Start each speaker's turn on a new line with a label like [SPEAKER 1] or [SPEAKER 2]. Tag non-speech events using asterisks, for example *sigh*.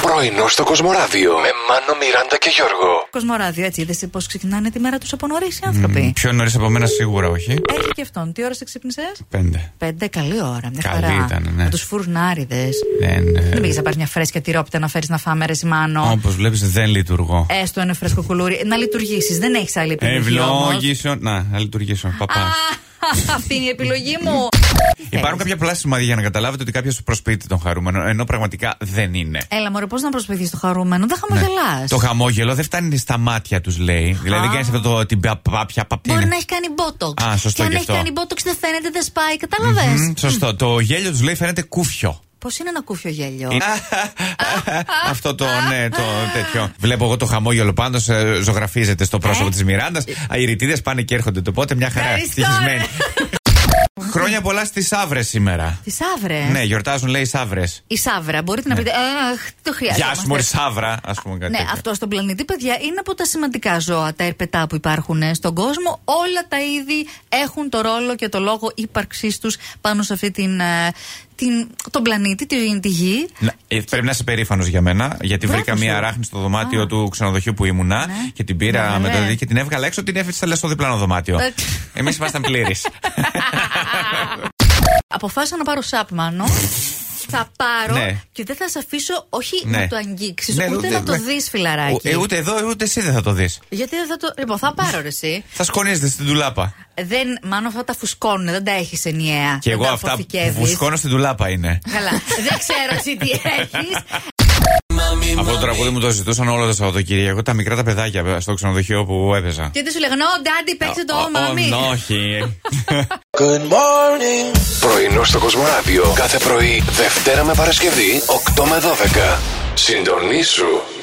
[SPEAKER 1] Πρωινό στο Κοσμοράδιο με Μάνο, Μιράντα και Γιώργο.
[SPEAKER 2] Κοσμοράδιο, έτσι είδες πώς ξεκινάνε τη μέρα τους από νωρίς οι άνθρωποι.
[SPEAKER 3] Πιο νωρίς από μένα σίγουρα όχι.
[SPEAKER 2] Έχει και αυτόν. Τι ώρα σε ξύπνησες,
[SPEAKER 3] Πέντε.
[SPEAKER 2] Πέντε, καλή ώρα. Μια
[SPEAKER 3] Καλή
[SPEAKER 2] χαρά.
[SPEAKER 3] ήταν, ναι.
[SPEAKER 2] Με τους φουρνάριδες.
[SPEAKER 3] Δεν. ε,
[SPEAKER 2] Δεν πήγες να πάρεις μια φρέσκια τυρόπιτα να φέρεις να φάμε ρε Σιμάνο.
[SPEAKER 3] Όπως βλέπεις, δεν λειτουργώ.
[SPEAKER 2] Έστω ένα φρέσκο κουλούρι. Να λειτουργήσεις. Ε, Δεν έχεις άλλη
[SPEAKER 3] Ε,
[SPEAKER 2] επιλογή. όμως.
[SPEAKER 3] Ευλόγησεων. Να, να λειτουργήσω. Παπά.
[SPEAKER 2] Α, Αυτή είναι η επιλογή μου.
[SPEAKER 3] Υπάρχουν κάποια πολλά σημάδια για να καταλάβετε ότι κάποιος προσποιείται τον χαρούμενο, ενώ πραγματικά δεν είναι.
[SPEAKER 2] Έλα, μωρέ, πώς να προσπαθεί το χαρούμενο. Δεν χαμογελάς.
[SPEAKER 3] Ναι. Το χαμόγελο δεν φτάνει στα μάτια τους, λέει. Δηλαδή δεν κάνεις αυτό το. την πα- πάπια παπτίνα.
[SPEAKER 2] Μπορεί να έχει κάνει μπότοξ.
[SPEAKER 3] Α, σωστό
[SPEAKER 2] και αν
[SPEAKER 3] και
[SPEAKER 2] έχει
[SPEAKER 3] αυτό.
[SPEAKER 2] κάνει μπότοξ δεν φαίνεται, δεν σπάει. Κατάλαβες.
[SPEAKER 3] Σωστό. Το γέλιο τους λέει φαίνεται κούφιο.
[SPEAKER 2] Πώς είναι ένα κούφιο γέλιο.
[SPEAKER 3] Είναι- Αυτό το, ναι, το τέτοιο. Βλέπω εγώ το χαμόγελο πάντως ζωγραφίζεται στο πρόσωπο της Μιράντας. Οι ρητίδες πάνε και έρχονται. Οπότε μια χαρά.
[SPEAKER 2] Ε. Ευχαριστώ, *laughs*
[SPEAKER 3] Ευτυχισμένη. Χρόνια πολλά στις Σαύρες σήμερα.
[SPEAKER 2] Τι σαύρες.
[SPEAKER 3] Ναι, γιορτάζουν λέει Σαύρες.
[SPEAKER 2] Η σαύρα. Μπορείτε να πείτε. Αχ, Ε, το χρειάζεται.
[SPEAKER 3] Ναι. Γεια σου, Μωρή Σαύρα, ας πούμε κάτι.
[SPEAKER 2] Ναι,
[SPEAKER 3] τέτοιο.
[SPEAKER 2] αυτό στον πλανήτη, παιδιά, είναι από τα σημαντικά ζώα, τα ερπετά που υπάρχουν ε, στον κόσμο. Όλα τα είδη έχουν το ρόλο και το λόγο ύπαρξής τους πάνω σε αυτή την, ε, την, τον πλανήτη, τη, τη γη.
[SPEAKER 3] Να- ε, Πρέπει να είσαι περήφανος για μένα, γιατί
[SPEAKER 2] Μπράβο
[SPEAKER 3] βρήκα
[SPEAKER 2] σου.
[SPEAKER 3] μία ράχνη στο δωμάτιο του ξενοδοχείου που ήμουνα και την πήρα
[SPEAKER 2] Ναι,
[SPEAKER 3] με το
[SPEAKER 2] ναι.
[SPEAKER 3] δί και την έβγαλα έξω, την έφυγε στο διπλάνο δωμάτιο.
[SPEAKER 2] Ε,
[SPEAKER 3] Εμείς ήμασταν
[SPEAKER 2] *laughs*
[SPEAKER 3] πλήρεις.
[SPEAKER 2] Αποφάσισα να πάρω σαπ, μάνο. θα πάρω
[SPEAKER 3] Ναι.
[SPEAKER 2] και δεν θα σε αφήσω όχι
[SPEAKER 3] Ναι.
[SPEAKER 2] να το αγγίξεις,
[SPEAKER 3] Ναι,
[SPEAKER 2] ούτε, να το
[SPEAKER 3] ναι.
[SPEAKER 2] δεις, φιλαράκι.
[SPEAKER 3] Ο- ε, ούτε εδώ, ε, ούτε εσύ δεν θα το δεις.
[SPEAKER 2] Γιατί δεν θα το. Λοιπόν, θα πάρω ρε, εσύ.
[SPEAKER 3] Θα σκονίζεται στην τουλάπα.
[SPEAKER 2] Δεν, μάλλον αυτά τα φουσκώνουν, δεν τα έχεις ενιαία.
[SPEAKER 3] Και
[SPEAKER 2] δεν
[SPEAKER 3] εγώ
[SPEAKER 2] τα
[SPEAKER 3] αυτά που
[SPEAKER 2] αποθηκεύεις.
[SPEAKER 3] βουσκώνω στην τουλάπα είναι.
[SPEAKER 2] Καλά. Δεν ξέρω εσύ τι έχεις.
[SPEAKER 3] Αυτό το τραγούδι μου το ζητούσαν όλο το Σαββατοκύριακο. Τα μικρά τα παιδάκια στο ξενοδοχείο που έπαιζα.
[SPEAKER 2] Και τι σου λέγανε, Ω, Ντάντι, παίξε το
[SPEAKER 3] Ο-
[SPEAKER 2] «Ω,
[SPEAKER 3] ο-
[SPEAKER 2] μάμι.
[SPEAKER 3] ναι, Όχι.
[SPEAKER 1] Πρωινό στο Κοσμοράδιο κάθε πρωί, Δευτέρα με Παρασκευή, 8 με 12. Συντονίσου